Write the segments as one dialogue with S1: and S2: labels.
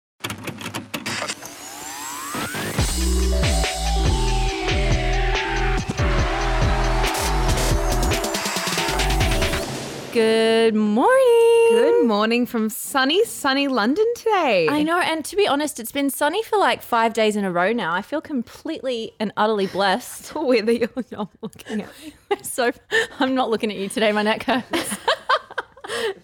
S1: Good morning.
S2: Good morning from sunny, sunny London today.
S1: I know, and to be honest, it's been sunny for like five days in a row now. I feel completely and utterly blessed.
S2: The weather you're not looking at.
S1: so I'm not looking at you today. My neck hurts.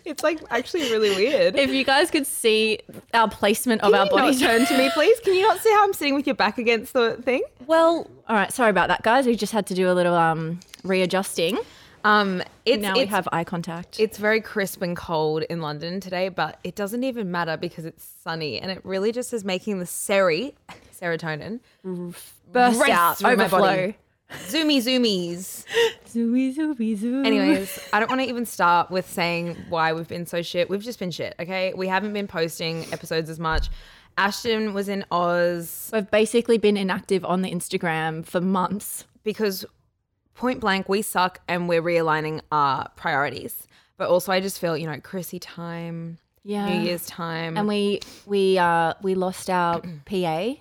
S2: It's like actually really weird.
S1: if you guys could see our placement of
S2: Can
S1: our
S2: you
S1: body
S2: not turn to me, please? Can you not see how I'm sitting with your back against the thing?
S1: Well, all right. Sorry about that, guys. We just had to do a little um readjusting.
S2: Um, it's,
S1: now
S2: it's,
S1: we have eye contact.
S2: it's very crisp and cold in London today, but it doesn't even matter because it's sunny and it really just is making the seri, serotonin, burst
S1: Race
S2: out through my
S1: overflow.
S2: body. Zoomy zoomies.
S1: Zooey, zooey, zoo.
S2: Anyways, I don't want to even start with saying why we've been so shit. We've just been shit, okay? We haven't been posting episodes as much. Ashton was in Oz
S1: We've basically been inactive on the Instagram for months.
S2: because point blank, we suck and we're realigning our priorities. But also, I just feel, you know, Chrissy time,
S1: Yeah.
S2: New Year's time.
S1: And we we uh we lost our PA.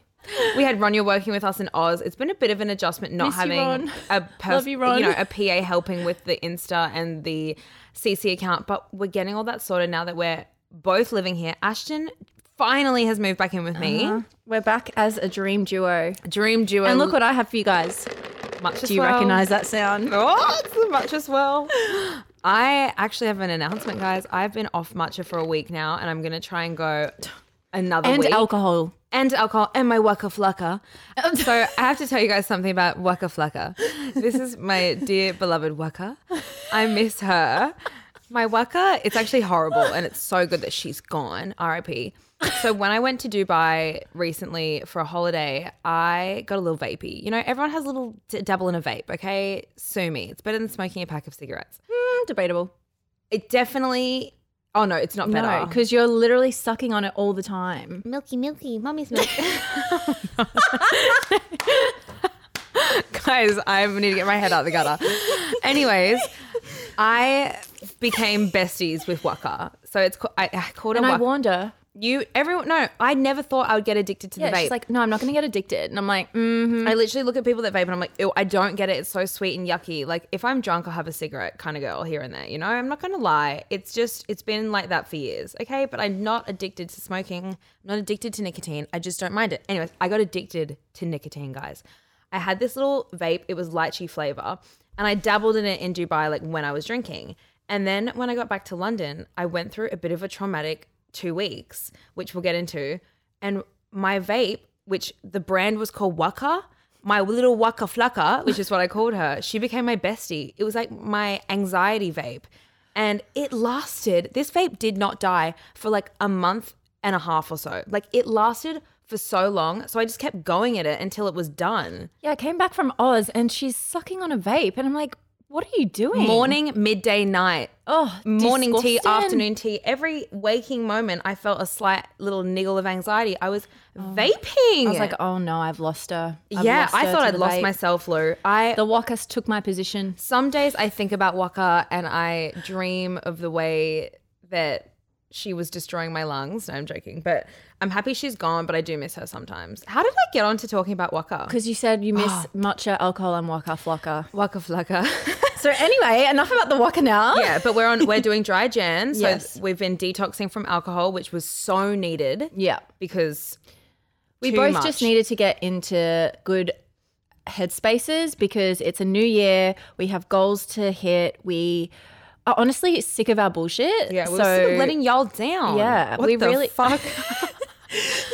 S2: we had Ronya working with us in Oz. It's been a bit of an adjustment not
S1: Miss you,
S2: having
S1: Ron.
S2: a pers-
S1: Love you, Ron.
S2: know a PA helping with the Insta and the CC account, but we're getting all that sorted now that we're both living here. Ashton finally has moved back in with me.
S1: We're back as a dream duo.
S2: Dream duo.
S1: And look what I have for you guys.
S2: much as
S1: Do you
S2: well.
S1: recognize that sound?
S2: Oh, it's the much as well. I actually have an announcement, guys. I've been off matcha for a week now, and I'm gonna try and go another
S1: And
S2: week.
S1: alcohol.
S2: and alcohol and my waka flocka.
S1: Oh,
S2: so I have to tell you guys something about waka flocka. This is my dear beloved waka. I miss her. My waka, it's actually horrible and it's so good that she's gone, RIP. So when I went to Dubai recently for a holiday, I got a little vapey. You know, everyone has a little d- dabble in a vape, okay? Sue me. It's better than smoking a pack of cigarettes.
S1: Mm, debatable.
S2: It definitely, oh no, it's not better.
S1: No, because you're literally sucking on it all the time.
S2: Milky, milky, mummy's milk. Guys, I need to get my head out the gutter. Anyways, I became besties with Waka. So it's ca- I, I called her
S1: And I
S2: Waka.
S1: warned her.
S2: you everyone no, I never thought I would get addicted to
S1: Yeah,
S2: the vape. Mm.
S1: she's like, no, I'm not going to get addicted. And I'm like, mm-hmm.
S2: I literally look at people that vape and I'm like, ew, I don't get it. It's so sweet and yucky. Like if I'm drunk, I'll have a cigarette kind of girl here and there. You know, I'm not gonna lie. It's just it's been like that for years. Okay, but I'm not addicted to smoking. I'm not addicted to nicotine. I just don't mind it. Anyways, I got addicted to nicotine, guys. I had this little vape. It was lychee flavor, and I dabbled in it in Dubai, like when I was drinking. And then when I got back to London, I went through a bit of a traumatic two weeks, which we'll get into. And my vape, which the brand was called Waka, my little Waka Flaka, which is what I called her, she became my bestie. It was like my anxiety vape. And it lasted, this vape did not die for like a month and a half or so. Like it lasted for so long. So I just kept going at it until it was done.
S1: yeah, I came back from Oz and she's sucking on a vape. And I'm like, what are you doing?
S2: Morning, midday, night.
S1: Oh,
S2: morning tea,
S1: disgusting.
S2: afternoon tea. Every waking moment, I felt a slight little niggle of anxiety. I was vaping.
S1: Oh. I was like, oh no, I've lost her. I've
S2: yeah,
S1: lost
S2: I
S1: her
S2: thought
S1: to
S2: I'd
S1: the
S2: lost
S1: vape.
S2: myself, Lou. I
S1: The walkers took my position.
S2: some days I think about Waka and I dream of the way that she was destroying my lungs. No, I'm joking, but I'm happy she's gone. But I do miss her sometimes. How did I get on to talking about Waka?
S1: Because you said you miss matcha, alcohol, and waka flocka.
S2: Waka Flocka.
S1: So anyway, enough about the waka now.
S2: yeah, but we're on. We're doing dry Jan, so
S1: Yes.
S2: we've been detoxing from alcohol, which was so needed.
S1: Yeah.
S2: because
S1: We
S2: too
S1: both
S2: much.
S1: just needed to get into good headspaces because it's a new year. We have goals to hit. We are honestly sick of our bullshit.
S2: Yeah, we're
S1: so
S2: sort of letting y'all down.
S1: Yeah,
S2: What
S1: we
S2: the
S1: really-
S2: fuck.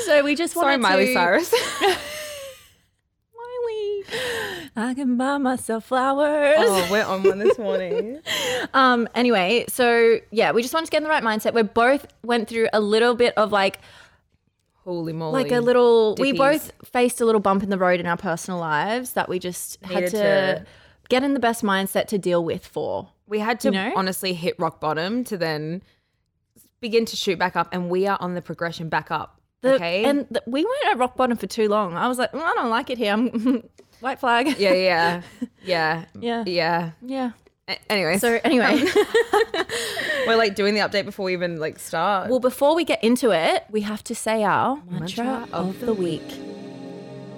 S1: So we just
S2: Sorry,
S1: wanted
S2: Miley
S1: to-
S2: Cyrus.
S1: Miley, I can buy myself flowers.
S2: oh, we're on one this morning.
S1: Um. Anyway, so yeah, we just wanted to get in the right mindset. We both went through a little bit of like
S2: Holy moly!
S1: like a little we
S2: Dippies.
S1: both faced a little bump in the road in our personal lives that we just had
S2: Needed
S1: to,
S2: to-
S1: get in the best mindset to deal with for
S2: We had to
S1: You know?
S2: honestly hit rock bottom to then begin to shoot back up, and we are on the progression back up.
S1: The-
S2: okay,
S1: and the, we weren't at rock bottom for too long i was like "Mm, i don't like it here i'm white flag
S2: yeah, yeah, yeah,
S1: Yeah.
S2: yeah.
S1: yeah
S2: A- anyway,
S1: so anyway
S2: we're like doing the update before we even like start.
S1: well before we get into it we have to say our mantra, of the week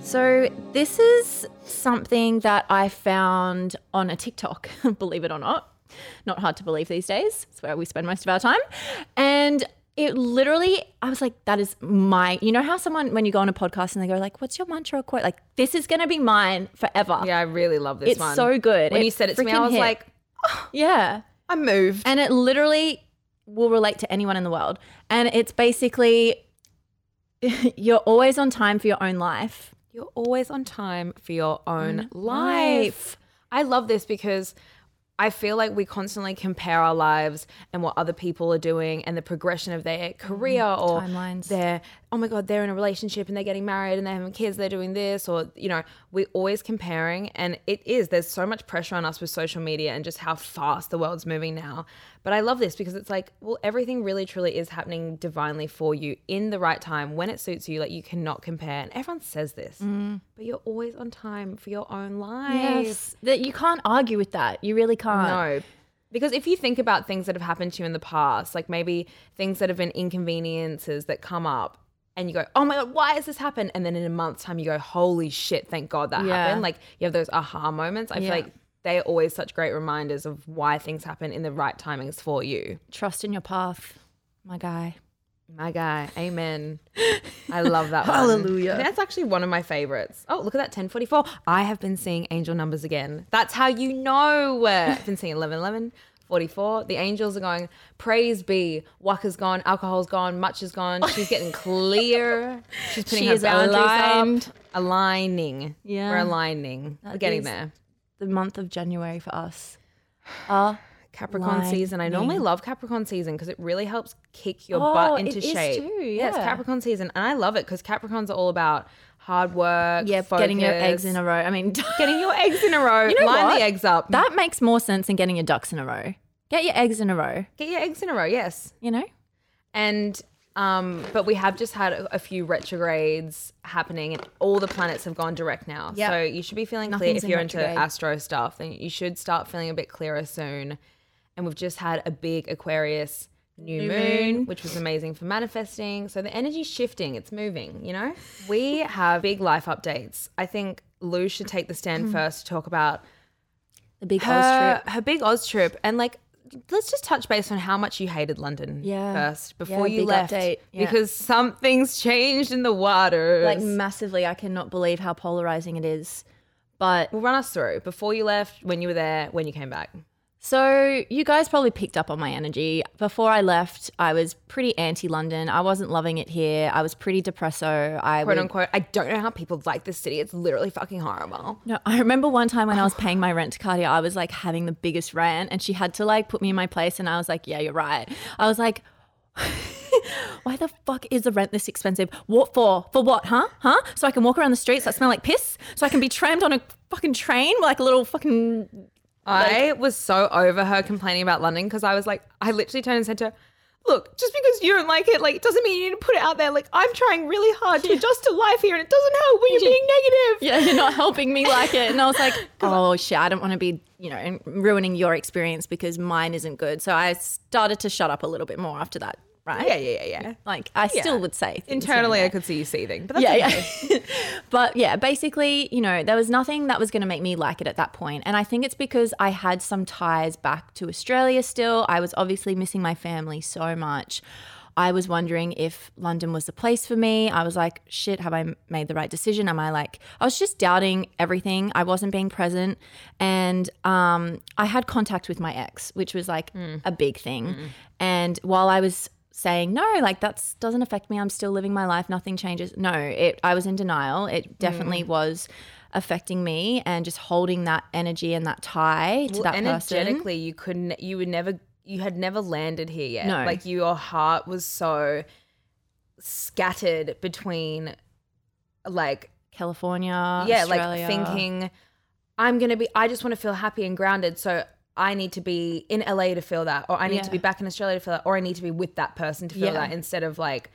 S1: so this is something that i found on a tiktok believe it or not not hard to believe these days. It's where we spend most of our time. And it literally, I was like, that is my, you know how someone, when you go on a podcast and they go like, what's your mantra or quote? Like, this is going to be mine forever.
S2: yeah, I really love this
S1: It's
S2: one.
S1: so good.
S2: When
S1: It
S2: you said it to me, I
S1: freaking
S2: was
S1: hit.
S2: like, "Oh."
S1: Yeah.
S2: I'm moved.
S1: And it literally will relate to anyone in the world. And it's basically, you're always on time for your own life.
S2: You're always on time for your own life. I love this because I feel like we constantly compare our lives and what other people are doing and the progression of their career or
S1: timelines.
S2: their oh my god, they're in a relationship and they're getting married and they're having kids, they're doing this or you know, we're always comparing and it is there's so much pressure on us with social media and just how fast the world's moving now. But I love this because it's like, well, everything really truly is happening divinely for you in the right time when it suits you. Like you cannot compare. And everyone says this. But you're always on time for your own life.
S1: That you can't argue with that. You really can't.
S2: No. Because if you think about things that have happened to you in the past, like maybe things that have been inconveniences that come up, and you go, oh my God, why has this happened? And then in a month's time, you go, holy shit, thank God that
S1: Yeah.
S2: happened. Like you have those aha moments. I feel
S1: Yeah.
S2: like they are always such great reminders of why things happen in the right timings for you.
S1: Trust in your path, my guy.
S2: My guy, amen. I love that one.
S1: Hallelujah.
S2: That's actually one of my favorites. Oh, look at that 1044. I have been seeing angel numbers again. That's how you know. I've been seeing 1111, 44. The angels are going, praise be. Waka's gone, alcohol's gone, much is gone. She's getting clear. She's putting
S1: She
S2: her
S1: is
S2: boundaries
S1: aligned.
S2: up. Aligning.
S1: Yeah.
S2: We're aligning. We're
S1: That
S2: getting
S1: is-
S2: there.
S1: the month of January for us.
S2: Capricorn
S1: Lightning.
S2: season. I normally love Capricorn season because it really helps kick your
S1: Oh,
S2: butt into
S1: it is
S2: shape.
S1: too,
S2: it's
S1: yeah.
S2: Capricorn season, and I love it because Capricorns are all about hard work. focus,
S1: getting your eggs in a row. I mean,
S2: getting your eggs in a row.
S1: You know
S2: Line
S1: what?
S2: the eggs up.
S1: that makes more sense than getting your ducks in a row. Get your eggs in a row,
S2: Get your eggs in a row. Yes,
S1: you know?
S2: and um, but we have just had a, a few retrogrades happening, and all the planets have gone direct now.
S1: Yep.
S2: So you should be feeling clear.
S1: Nothing's
S2: If
S1: in
S2: you're into
S1: retrograde.
S2: astro stuff, then you should start feeling a bit clearer soon. And we've just had a big Aquarius new, moon, which was amazing for manifesting. So the energy's shifting; it's moving. You know, we have big life updates. I think Lou should take the
S1: Mm-hmm.
S2: stand first to talk about
S1: The big
S2: her,
S1: Oz trip.
S2: her big Oz trip, and like, let's just touch base on how much you hated London
S1: Yeah.
S2: first before
S1: Yeah,
S2: you
S1: big
S2: left,
S1: update. Yeah.
S2: because something's changed in the water.
S1: Like massively, I cannot believe how polarizing it is. But
S2: well, run us through before you left, when you were there, when you came back.
S1: So, you guys probably picked up on my energy. Before I left, I was pretty anti London. I wasn't loving it here. I was pretty depresso. I
S2: Quote
S1: would-
S2: unquote. I don't know how people like this city. It's literally fucking horrible.
S1: No, I remember one time when I was
S2: Oh.
S1: paying my rent to Cardia, I was like having the biggest rant, and she had to like put me in my place, and I was like, "Yeah, you're right." I was like, "Why the fuck is the rent this expensive? What for? For what? Huh? Huh? So I can walk around the streets that smell like piss? So I can be trammed on a fucking train like a little fucking
S2: I was so over her complaining about London because I was like, I literally turned and said to her, Look, just because you don't like it, like, it doesn't mean you need to put it out there. Like, I'm trying really hard to adjust to life here, and it doesn't help when you're being negative.
S1: yeah, you're not helping me like it. And I was like, oh shit, I don't want to be, you know, ruining your experience because mine isn't good. So I started to shut up a little bit more after that, right?
S2: Yeah, yeah, yeah, yeah.
S1: Like I still
S2: Yeah.
S1: would say things here and
S2: Internally, I
S1: there.
S2: could see you seething, but that's
S1: yeah,
S2: okay.
S1: yeah. but yeah, basically, you know, there was nothing that was going to make me like it at that point. And I think it's because I had some ties back to Australia still. I was obviously missing my family so much. I was wondering if London was the place for me. I was like, shit, have I m- made the right decision? Am I like, I was just doubting everything. I wasn't being present. And um, I had contact with my ex, which was like
S2: Mm.
S1: a big thing. And while I was saying no like that's doesn't affect me i'm still living my life nothing changes no it i was in denial it definitely
S2: Mm.
S1: was affecting me and just holding that energy and that tie to
S2: Well,
S1: that person
S2: energetically, you couldn't, you were never, you had never landed here yet.
S1: No.
S2: Like, your heart was so scattered between like
S1: California,
S2: yeah,
S1: Australia.
S2: like thinking I'm gonna be. I just want to feel happy and grounded, so I need to be in LA to feel that, or I need to be
S1: Yeah.
S2: back in Australia to feel that, or I need to be with that person to feel
S1: Yeah.
S2: that. Instead of like,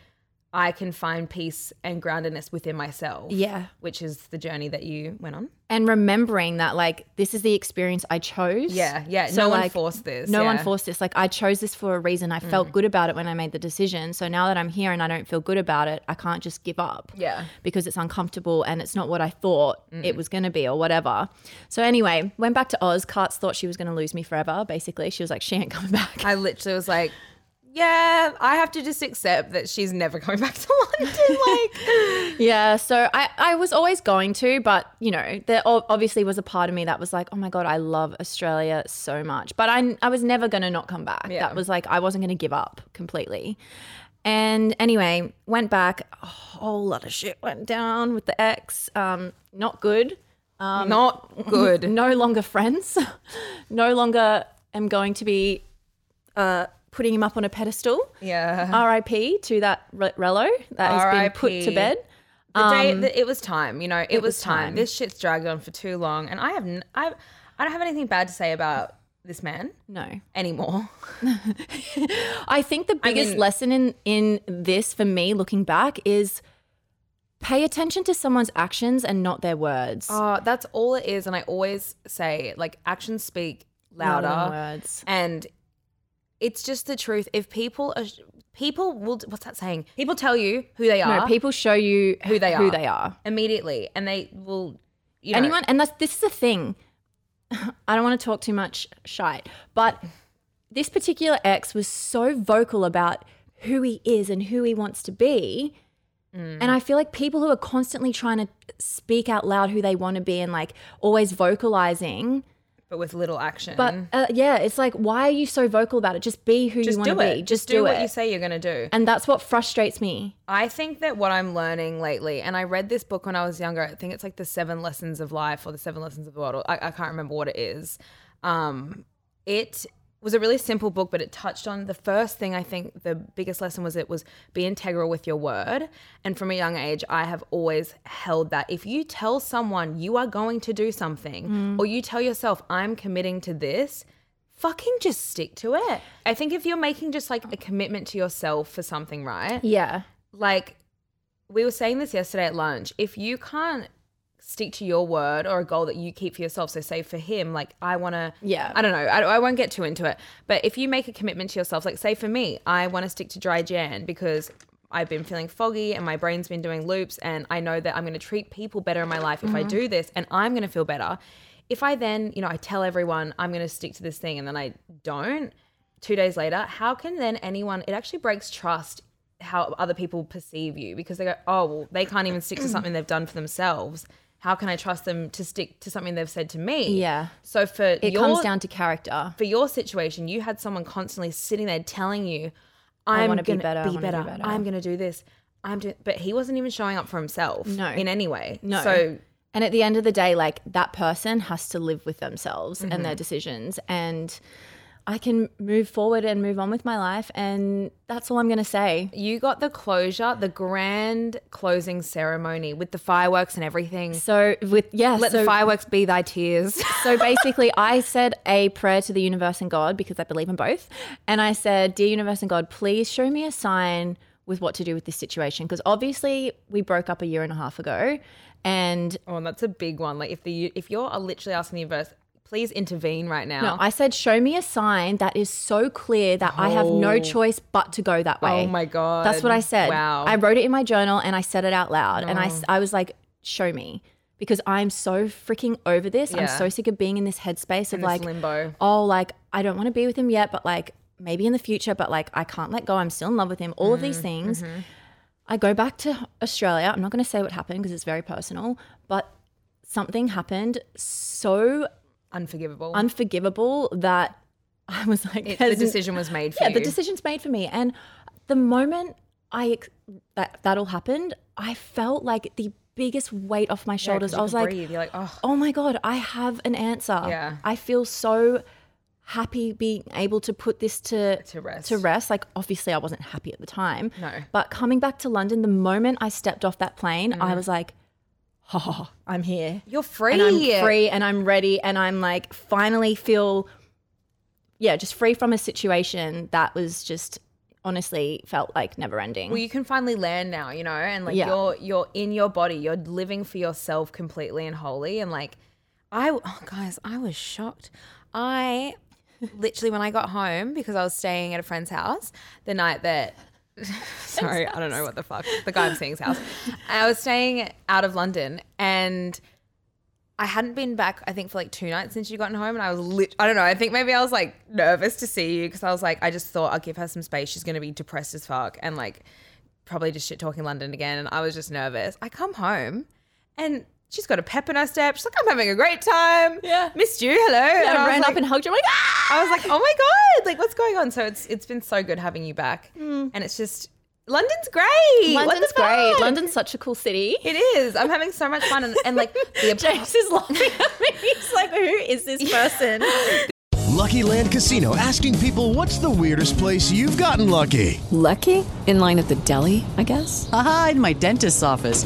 S2: I can find peace and groundedness within myself.
S1: Yeah.
S2: which is the journey that you went on.
S1: and remembering that like this is the experience I chose.
S2: Yeah, yeah. No one forced this,
S1: No one
S2: yeah. Mm.
S1: forced this. Like I chose this for a reason. I felt good about it when I made the decision. So now that I'm here and I don't feel good about it, I can't just give up.
S2: Yeah. Mm.
S1: Because it's uncomfortable and it's not what I thought it was going to be or whatever. So anyway, went back to Oz. Karts thought she was going to lose me forever. Basically, she was like, she ain't coming back.
S2: I literally was like, yeah, I have to just accept that she's never going back to London. Like,
S1: Yeah, so I, I was always going to, but you know, there o- obviously was a part of me that was like, oh my God, I love Australia so much. But I, I was never going to not come back. That was like, I wasn't going to give up completely. And anyway, went back. A whole lot of shit went down with the ex. Um, not good.
S2: Um, not good.
S1: No longer friends. no longer am going to be uh, putting him up on a pedestal.
S2: Yeah.
S1: RIP to that re- Rello that has been put to
S2: RIP.
S1: bed.
S2: The day that it was time, you know, Um, it, was,
S1: was
S2: time.
S1: time.
S2: This shit's dragged on for too long, and I have n- I I don't have anything bad to say about this man
S1: No.
S2: anymore.
S1: I think the biggest
S2: mean-
S1: lesson in in this for me looking back is pay attention to someone's actions and not their words.
S2: Oh, that's all it is, and I always say like actions speak
S1: Louder
S2: louder,
S1: than words.
S2: and it's just the truth. If people are, people will what's that saying? People tell you who they are.
S1: no, people show you
S2: who they are.
S1: Who they are.
S2: immediately, and they will. You know,
S1: Anyone and that's this is the thing. I don't want to talk too much shite, but this particular ex was so vocal about who he is and who he wants to be.
S2: Mm.
S1: And I feel like people who are constantly trying to speak out loud who they want to be and like always vocalizing,
S2: but with little action.
S1: But uh, yeah, it's like, why are you so vocal about it? Just be who
S2: Mm. just
S1: you
S2: do
S1: want
S2: it.
S1: to be.
S2: Just, do,
S1: it.
S2: what you say you're gonna do.
S1: And that's what frustrates me.
S2: I think that what I'm learning lately, and I read this book when I was younger. I think it's like the Seven Lessons of Life or the Seven Lessons of the World. or I, I can't remember what it is. Um, it was a really simple book, but it touched on the first thing. I think the biggest lesson was it was be integral with your word. And from a young age, I have always held that if you tell someone you are going to do something, or you tell yourself I'm committing to this, fucking just stick to it. I think if you're making just like a commitment to yourself for something, right?
S1: Yeah.
S2: like we were saying this yesterday at lunch if you can't stick to your word or a goal that you keep for yourself so say for him like i want to
S1: Yeah.
S2: i don't know I, I won't get too into it but if you make a commitment to yourself like say for me i want to stick to dry jan because i've been feeling foggy and my brain's been doing loops and i know that i'm going to treat people better in my life if i
S1: Mm-hmm.
S2: do this and i'm going to feel better if i then you know i tell everyone i'm going to stick to this thing and then i don't two days later how can then anyone it actually breaks trust how other people perceive you because they go, oh, well, they can't even stick to something they've done for themselves. How can I trust them to stick to something they've said to me?
S1: Yeah.
S2: So for
S1: It
S2: your,
S1: comes down to character.
S2: for your situation, you had someone constantly sitting there telling you,
S1: I
S2: "I'm
S1: wanna be
S2: gonna
S1: better, I
S2: be
S1: wanna be
S2: better,
S1: better."
S2: I'm gonna do this, I'm doing," but he wasn't even showing up for himself,
S1: No.
S2: in any way.
S1: No.
S2: So
S1: and at the end of the day, like that person has to live with themselves and
S2: Mm-hmm.
S1: their decisions. And I can move forward and move on with my life. And that's all I'm going to say.
S2: you got the closure, the grand closing ceremony with the fireworks and everything.
S1: So, with, yeah.
S2: Let
S1: so,
S2: the fireworks be thy tears.
S1: So basically, I said a prayer to the universe and God because I believe in both. And I said, Dear universe and God, please show me a sign with what to do with this situation. Because obviously, we broke up a year and a half ago. And
S2: Oh, and that's a big one. Like if the if you're literally asking the universe, please intervene right now.
S1: no, I said, Show me a sign that is so clear that I have no choice but to go that way.
S2: Oh my God.
S1: That's what I said.
S2: Wow.
S1: I wrote it in my journal and I said it out loud. And I, s- I was like, Show me. Because I'm so freaking over this. I'm
S2: Yeah.
S1: so sick of being in this headspace of
S2: In this
S1: like,
S2: limbo.
S1: oh, like I don't want to be with him yet, but like maybe in the future, but like I can't let go. I'm still in love with him. All of
S2: Mm,
S1: these things.
S2: mm-hmm.
S1: I go back to Australia. I'm not going to say what happened because it's very personal, but something happened so
S2: Unforgivable.
S1: unforgivable that I was like,
S2: It- the
S1: there's-
S2: decision was made for
S1: yeah,
S2: you.
S1: the decision's made for me. And the moment I ex- that that all happened, I felt like the biggest weight off my
S2: Yeah, 'cause
S1: shoulders.
S2: you
S1: I was "Oh,
S2: could
S1: like,
S2: breathe. you're like, oh,
S1: oh my god, I have an answer.
S2: Yeah.
S1: I feel so happy being able to put this to
S2: To rest.
S1: To rest. Like obviously I wasn't happy at the time.
S2: No.
S1: But coming back to London, the moment I stepped off that plane,
S2: Mm-hmm.
S1: I was like, oh, I'm here.
S2: You're free.
S1: And I'm free and I'm ready and I'm like finally feel yeah, just free from a situation that was just honestly felt like never ending.
S2: Well, you can finally land now, you know, and like
S1: Yeah.
S2: you're you're in your body. You're living for yourself completely and wholly. And like, I oh, guys, I was shocked. I literally when I got home because I was staying at a friend's house the night that. Sorry, I don't know what the fuck the guy I'm seeing's house. I was staying out of London and. I hadn't been back, I think, for like two nights since you'd gotten home. And I was lit, I don't know, I think maybe I was like nervous to see you because I was like, I just thought I'll give her some space. She's going to be depressed as fuck and like probably just shit talking London again. And I was just nervous. I come home and she's got a pep in her step. She's like, I'm having a great time.
S1: Yeah.
S2: Missed you. Hello. and
S1: I
S2: was
S1: ran
S2: like-
S1: up and hugged you. I'm like, ah!
S2: I was like, oh my God, like what's going on? So it's it's been so good having you back. And it's just, London's great. What the
S1: Mm. London's great.
S2: fuck?
S1: London's such a cool city.
S2: It is. I'm having so much fun. And, and like, the
S1: James is laughing at me. He's like, who is this person?
S3: Lucky Land Casino asking people what's the weirdest place you've gotten lucky?
S4: Lucky? In line at the deli, I guess?
S5: Aha, in my dentist's office.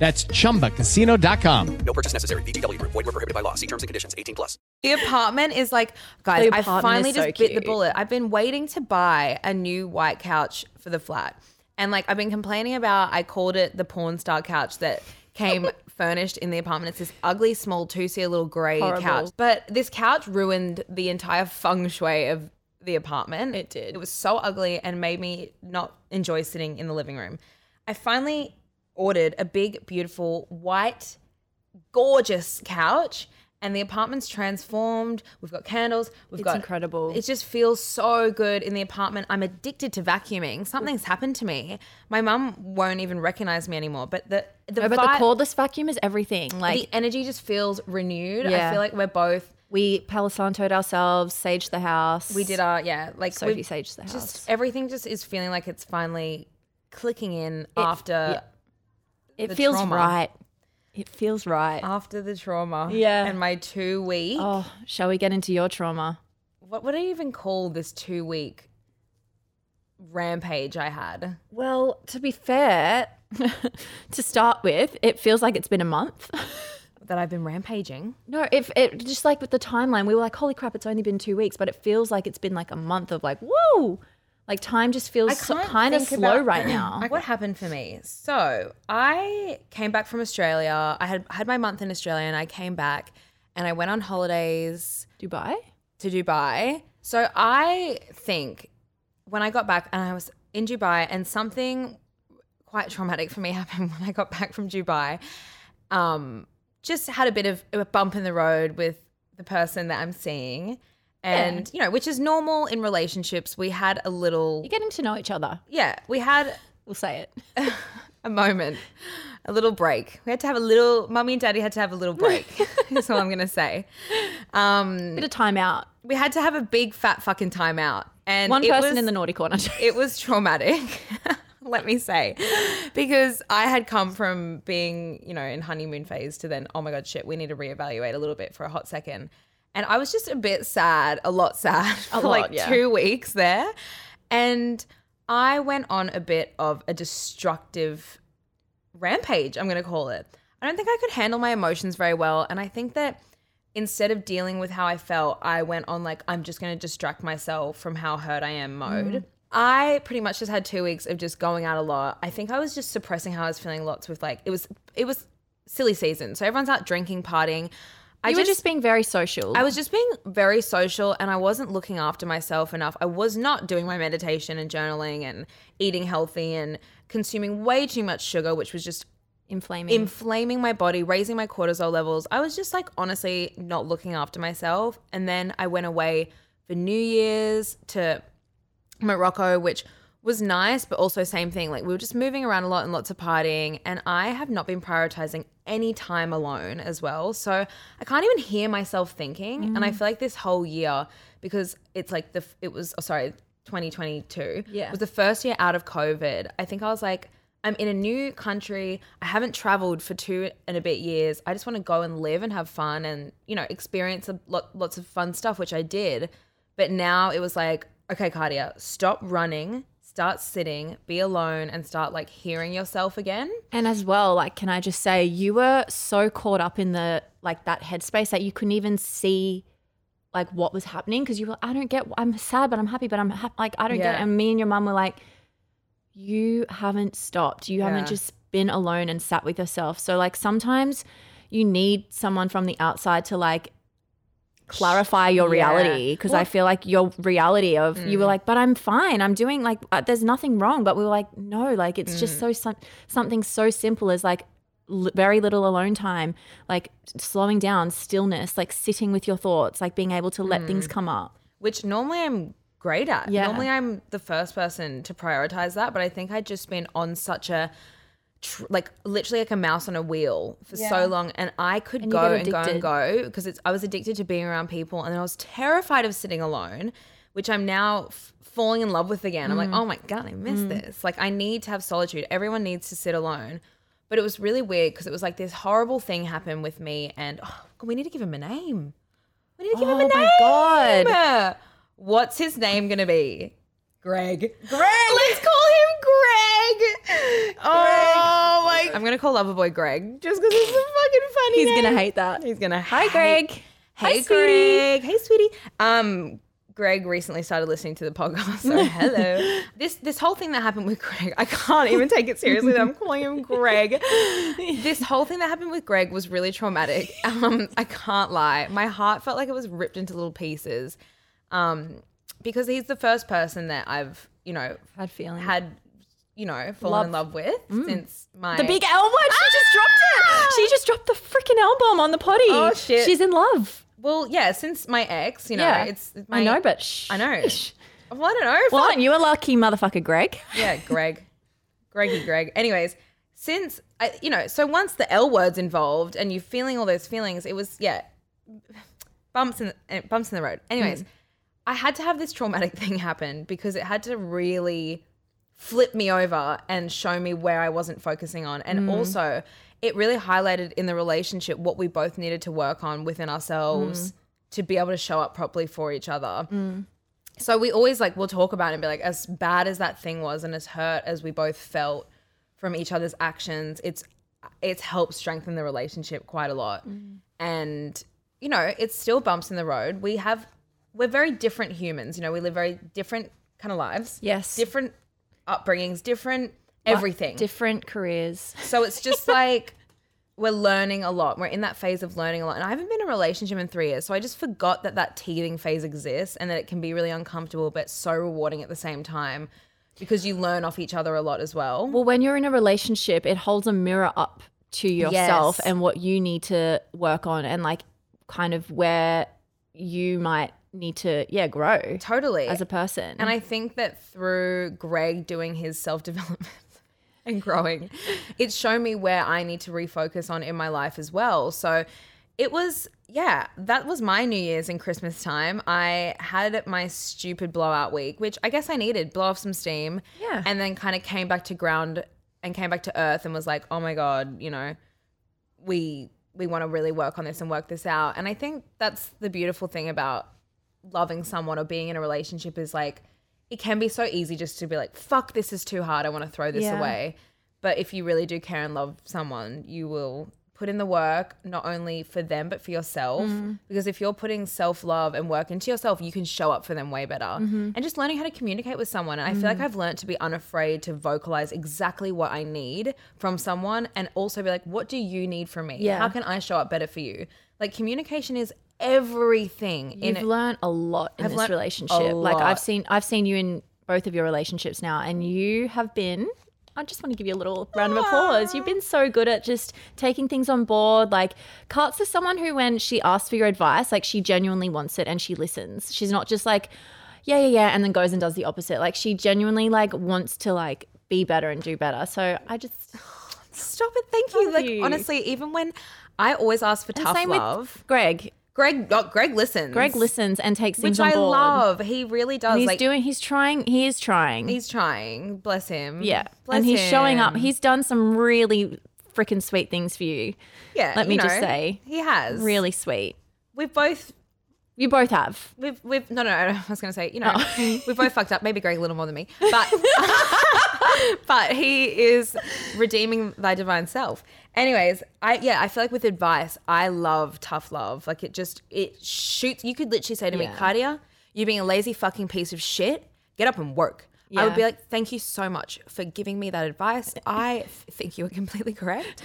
S6: That's chumbacasino.com.
S7: No purchase necessary. VGW Group. Void were prohibited by law. See terms and conditions. 18 plus.
S2: The apartment is like, guys,
S1: The
S2: I
S1: apartment
S2: finally
S1: is so
S2: just bit the
S1: cute.
S2: bullet. I've been waiting to buy a new white couch for the flat. And like, I've been complaining about, I called it the porn star couch that came furnished in the apartment. It's this ugly, small, two seater little gray couch. But this couch ruined the entire feng shui of the apartment. It did. It was so ugly and made me not enjoy sitting in the living room. I finally ordered a big, beautiful white gorgeous couch and the apartment's transformed. We've got candles. We've
S1: It's
S2: got
S1: incredible.
S2: It just feels so good in the apartment. I'm addicted to vacuuming. Something's happened to me. My mum won't even recognize me anymore. But the the,
S1: No, but the
S2: vi-
S1: cordless vacuum is everything. Like
S2: the energy just feels renewed. I
S1: Yeah.
S2: feel like we're both
S1: we palo santoed ourselves, saged the house.
S2: we did our yeah like
S1: Sophie
S2: we've-
S1: saged the house.
S2: Just everything just is feeling like it's finally clicking in after
S1: yeah. it
S2: the
S1: feels
S2: trauma.
S1: right. It feels right.
S2: after the trauma.
S1: Yeah.
S2: and my two week.
S1: oh, shall we get into your trauma?
S2: what would I even call this two week rampage I had?
S1: Well, to be fair, to start with, it feels like it's been a month.
S2: That I've been rampaging.
S1: No, if it just like with the timeline, we were like, holy crap, it's only been two weeks, but it feels like it's been like a month of like, whoa, like time just feels so, kind of
S2: think
S1: slow
S2: about-
S1: right now.
S2: what happened for me? So I came back from Australia. I had had my month in Australia and I came back and I went on holidays
S1: Dubai?
S2: to Dubai. So I think when I got back and I was in Dubai and something quite traumatic for me happened when I got back from Dubai. Um, just had a bit of a bump in the road with the person that I'm seeing. And, you know, which is normal in relationships. We had a little,
S1: You're getting to know each other.
S2: yeah, we had
S1: We'll say it.
S2: a moment, a little break. We had to have a little, mummy and daddy had to have a little break. That's all I'm going to say. Um,
S1: Bit of time out.
S2: we had to have a big fat fucking timeout. And
S1: One
S2: it
S1: person
S2: was-
S1: in the naughty corner.
S2: it was traumatic let me say because i had come from being you know in honeymoon phase to then oh my god shit we need to reevaluate a little bit for a hot second and i was just a bit sad a lot sad for
S1: lot,
S2: like
S1: yeah.
S2: two weeks there and i went on a bit of a destructive rampage, I'm going to call it. I don't think I could handle my emotions very well. And I think that instead of dealing with how I felt, I went on like, I'm just going to distract myself from how hurt I am mode. I pretty much just had two weeks of just going out a lot. I think I was just suppressing how I was feeling lots with like, it was, it was silly season. So everyone's out drinking, partying.
S1: I
S2: You
S1: you
S2: were
S1: were just being very social.
S2: I was just being very social and I wasn't looking after myself enough. I was not doing my meditation and journaling and eating healthy and consuming way too much sugar, which was just
S1: inflaming.
S2: inflaming my body, raising my cortisol levels. I was just like honestly not looking after myself. And then I went away for New Year's to Morocco, which was nice, but also same thing. Like we were just moving around a lot and lots of partying, and I have not been prioritizing any time alone as well. So I can't even hear myself thinking, and I feel like this whole year because it's like the it was oh, sorry 2022
S1: Yeah.
S2: was the first year out of COVID. I think I was like. I'm in a new country. I haven't traveled for two and a bit years. I just want to go and live and have fun and, you know, experience a lot, lots of fun stuff, which I did. But now it was like, okay, Cardia, stop running, start sitting, be alone, and start like hearing yourself again.
S1: And as well, like, can I just say, you were so caught up in the like that headspace that you couldn't even see like what was happening because you were, I don't get, I'm sad, but I'm happy, but I'm hap like, I don't get
S2: Yeah.
S1: it. And me and your mum were like, you haven't stopped. You
S2: Yeah.
S1: haven't just been alone and sat with yourself. So, like, sometimes you need someone from the outside to like clarify your
S2: Yeah. Mm.
S1: reality because I feel like your reality of you were like, but I'm fine. I'm doing like, uh, there's nothing wrong. But we were like, no, like it's
S2: Mm.
S1: just so sim- something so simple as like l- very little alone time, like slowing down, stillness, like sitting with your thoughts, like being able to let
S2: Mm.
S1: things come up.
S2: which normally I'm great at.
S1: Yeah.
S2: Normally I'm the first person to prioritize that, but I think I'd just been on such a tr- like literally like a mouse on a wheel for so long and I could
S1: And you
S2: go
S1: get
S2: and go and
S1: addicted.
S2: go because it's I was addicted to being around people and I was terrified of sitting alone, which I'm now f- falling in love with again. I'm
S1: Mm.
S2: like, "Oh my god, I miss this." Like I need to have solitude. Everyone needs to sit alone. But it was really weird because it was like this horrible thing happened with me and oh, God, we need to give him a name. We need to give him a
S1: Oh
S2: name.
S1: my God.
S2: Uh, What's his name gonna be? Greg. Greg. Let's call him Greg. Oh my! I'm gonna call Loverboy Greg just because it's a fucking funny.
S1: He's
S2: name.
S1: gonna hate that.
S2: He's gonna.
S1: Hi,
S2: hate-
S1: Greg.
S2: Hey,
S1: Hi, sweetie.
S2: Greg. Hey, sweetie. Um, Greg recently started listening to the podcast. So hello. this this whole thing that happened with Greg, I can't even take it seriously. that I'm calling him Greg. this whole thing that happened with Greg was really traumatic. Um, I can't lie. My heart felt like it was ripped into little pieces. Um, because he's the first person that I've you know
S1: Had feeling.
S2: had you know fallen in love with since my
S1: The big L word. She just dropped it. She just dropped the freaking L bomb on the potty.
S2: Ah! Oh, shit.
S1: She's in love.
S2: well yeah since my ex you know
S1: yeah.
S2: it's my,
S1: I know, but shh.
S2: I know. Well, I don't know.
S1: Well,
S2: Fuck.
S1: aren't you a lucky motherfucker, Greg?
S2: Yeah, Greg. Greggy Greg. Anyways, since I, you know, so once the L word's involved and you're feeling all those feelings, it was yeah, bumps in the, bumps in the road. Anyways, I had to have this traumatic thing happen because it had to really flip me over and show me where I wasn't focusing on, and also it really highlighted in the relationship what we both needed to work on within ourselves. To be able to show up properly for each other. So we always like we'll talk about it and be like, as bad as that thing was and as hurt as we both felt from each other's actions, it's it's helped strengthen the relationship quite a lot. And, you know, it's still bumps in the road. We have we're very different humans, you know, we live very different kind of lives.
S1: Yes.
S2: Different upbringings, different everything.
S1: Different careers.
S2: So it's just like we're learning a lot. We're in that phase of learning a lot. And I haven't been in a relationship in three years. So I just forgot that that teething phase exists and that it can be really uncomfortable, but so rewarding at the same time because you learn off each other a lot as well.
S1: Well, when you're in a relationship, it holds a mirror up to yourself
S2: Yes.
S1: and what you need to work on and like kind of where you might need to, yeah, grow
S2: totally.
S1: as a person.
S2: And I think that through Greg doing his self development and growing, it's shown me where I need to refocus on in my life as well. So it was, yeah, that was my New Year's and Christmas time. I had my stupid blowout week, which I guess I needed, blow off some steam.
S1: Yeah.
S2: And then kind of came back to ground and came back to earth and was like, oh my God, you know, we we want to really work on this and work this out. And I think that's the beautiful thing about loving someone or being in a relationship is like it can be so easy just to be like fuck this is too hard i want to throw this
S1: Yeah.
S2: away but if you really do care and love someone you will put in the work not only for them but for yourself
S1: Mm-hmm.
S2: because if you're putting self-love and work into yourself you can show up for them way better
S1: Mm-hmm.
S2: and just learning how to communicate with someone and i feel like i've learned to be unafraid to vocalize exactly what i need from someone and also be like what do you need from me
S1: Yeah.
S2: how can i show up better for you like communication is everything in
S1: You've
S2: it.
S1: learned a lot in
S2: I've
S1: this
S2: learnt a
S1: relationship. Like
S2: lot.
S1: I've seen, I've seen you in both of your relationships now, and you have been. I just want to give you a little round of applause. You've been so good at just taking things on board. Like Katz is someone who, when she asks for your advice, like she genuinely wants it and she listens. She's not just like, yeah, yeah, yeah, and then goes and does the opposite. Like she genuinely like wants to like be better and do better. So I just
S2: stop it thank you like
S1: you.
S2: honestly even when i always ask for tough
S1: same
S2: love
S1: with Greg.
S2: greg oh, greg listens
S1: Greg listens and takes things
S2: which
S1: on
S2: I
S1: board.
S2: love. He really does.
S1: And he's
S2: like
S1: doing. He's trying. He is trying.
S2: he's trying. Bless him.
S1: Yeah.
S2: bless
S1: and he's showing up.
S2: him.
S1: He's done some really freaking sweet things for you.
S2: yeah.
S1: Let me
S2: you
S1: just
S2: know,
S1: say.
S2: he has
S1: Really sweet.
S2: We've both
S1: You both have.
S2: we've we've no no. I was going to say you know we've both fucked up. Maybe Greg a little more than me, but but he is redeeming thy divine self. Anyways, I yeah, I feel like with advice, I love tough love. Like it just it shoots. You could literally say to me, Cardia, you being a lazy fucking piece of shit. Get up and work. I would
S1: Yeah.
S2: be like, thank you so much for giving me that advice. I f- think you are completely correct.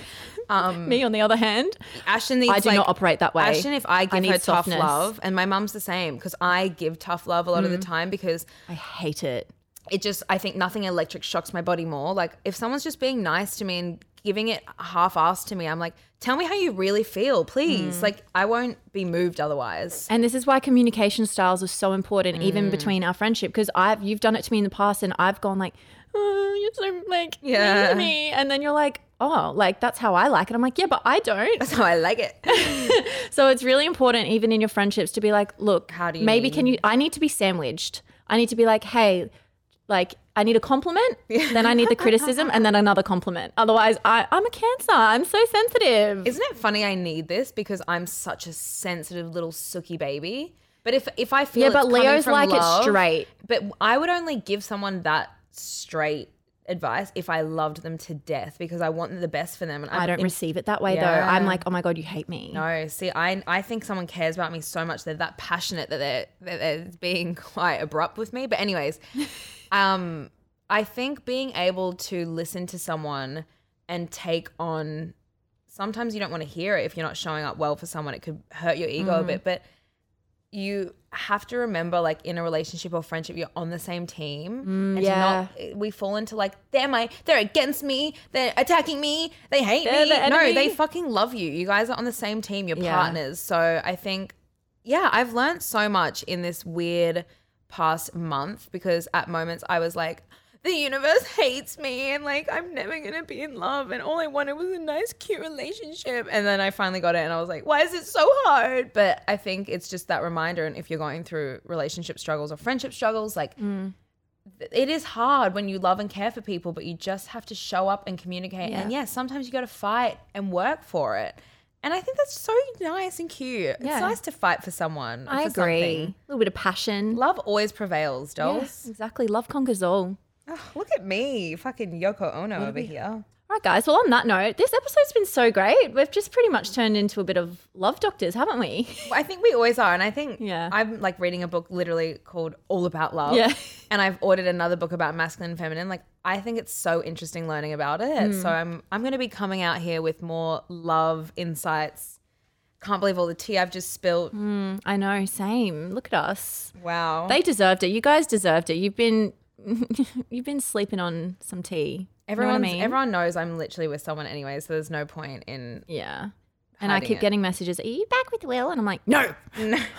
S1: Me, on the other hand,
S2: Ashton needs
S1: I do
S2: like-
S1: not operate that way.
S2: Ashton, if I
S1: I
S2: give
S1: need
S2: her
S1: softness.
S2: tough love, and my mum's the same because I give tough love a lot of the time because
S1: Mm. I hate it.
S2: it just I think nothing electric shocks my body more. Like if someone's just being nice to me and giving it half-assed to me, I'm like, tell me how you really feel, please.
S1: Mm.
S2: Like I won't be moved otherwise.
S1: And this is why communication styles are so important, even between our friendship. Because I've you've done it to me in the past, and I've gone like, oh, "You're so like yeah.
S2: Yeah.
S1: me," and then you're like, "Oh, like that's how I like it." I'm like, "Yeah, but I don't."
S2: That's how I like it.
S1: So it's really important, even in your friendships, to be like, look,
S2: How do you
S1: maybe
S2: mean?
S1: can you? I need to be sandwiched. I need to be like, hey, like I need a compliment, then I need the criticism, and then another compliment. Otherwise, I, I'm a cancer. I'm so sensitive.
S2: Isn't it funny I need this because I'm such a sensitive little sookie baby? But if if I feel
S1: Yeah,
S2: it's
S1: but
S2: coming
S1: Leo's
S2: from
S1: like it
S2: love-
S1: straight.
S2: But I would only give someone that straight advice if I loved them to death because I want the best for them. And
S1: I don't
S2: in-
S1: receive it that way though.
S2: Yeah.
S1: I'm like, oh my god, you hate me.
S2: No, see, I I think someone cares about me so much they're that passionate that they're that they're being quite abrupt with me. But anyways, um, I think being able to listen to someone and take on sometimes you don't want to hear it if you're not showing up well for someone. It could hurt your ego
S1: Mm-hmm.
S2: a bit, but you have to remember like in a relationship or friendship you're on the same team and to
S1: Mm, yeah.
S2: not, we fall into like they're my they're against me they're attacking me they hate
S1: They're
S2: me
S1: the
S2: no they
S1: enemy.
S2: fucking love you you guys are on the same team you're
S1: Yeah.
S2: partners so i think yeah i've learned so much in this weird past month because at moments i was like the universe hates me and like i'm never gonna be in love and all i wanted was a nice cute relationship and then i finally got it and i was like why is it so hard but i think it's just that reminder and if you're going through relationship struggles or friendship struggles like it is hard when you love and care for people, but you just have to show up and communicate. And yeah, sometimes you got to fight and work for it. And I think that's so nice and cute. It's
S1: Yeah.
S2: nice to fight for someone.
S1: I
S2: for
S1: agree.
S2: something.
S1: A little bit of passion.
S2: Love always prevails, dolls.
S1: Yeah, exactly. Love conquers all.
S2: Ugh, look at me, fucking Yoko Ono over here.
S1: All right, guys. Well, on that note, this episode's been so great. We've just pretty much turned into a bit of love doctors, haven't we?
S2: I think we always are, and I think
S1: Yeah.
S2: I'm like reading a book literally called All About Love.
S1: Yeah.
S2: And I've ordered another book about masculine and feminine. Like I think it's so interesting learning about it.
S1: Hmm.
S2: So I'm I'm gonna be coming out here with more love insights. Can't believe all the tea I've just spilt.
S1: I know. Same. Look at us.
S2: Wow.
S1: Hmm. They deserved it. You guys deserved it. You've been you've been sleeping on some tea. You know what I
S2: Everyone's,
S1: mean?
S2: everyone knows I'm literally with someone anyway, so there's no point in
S1: Yeah. And I
S2: hiding
S1: keep
S2: it.
S1: getting messages, Are you back with Will? And I'm like, No,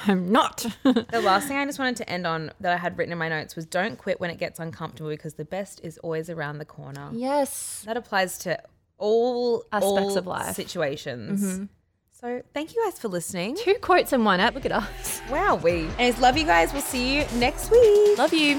S1: I'm not.
S2: The last thing I just wanted to end on that I had written in my notes was don't quit when it gets uncomfortable because the best is always around the corner.
S1: yes.
S2: That applies to all
S1: Aspects
S2: all
S1: of life. Mm-hmm.
S2: situations. So thank you guys for listening.
S1: Two quotes in one app. Look at us.
S2: Wow, we and love you guys. We'll see you next week.
S1: Love you.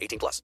S7: 18 plus.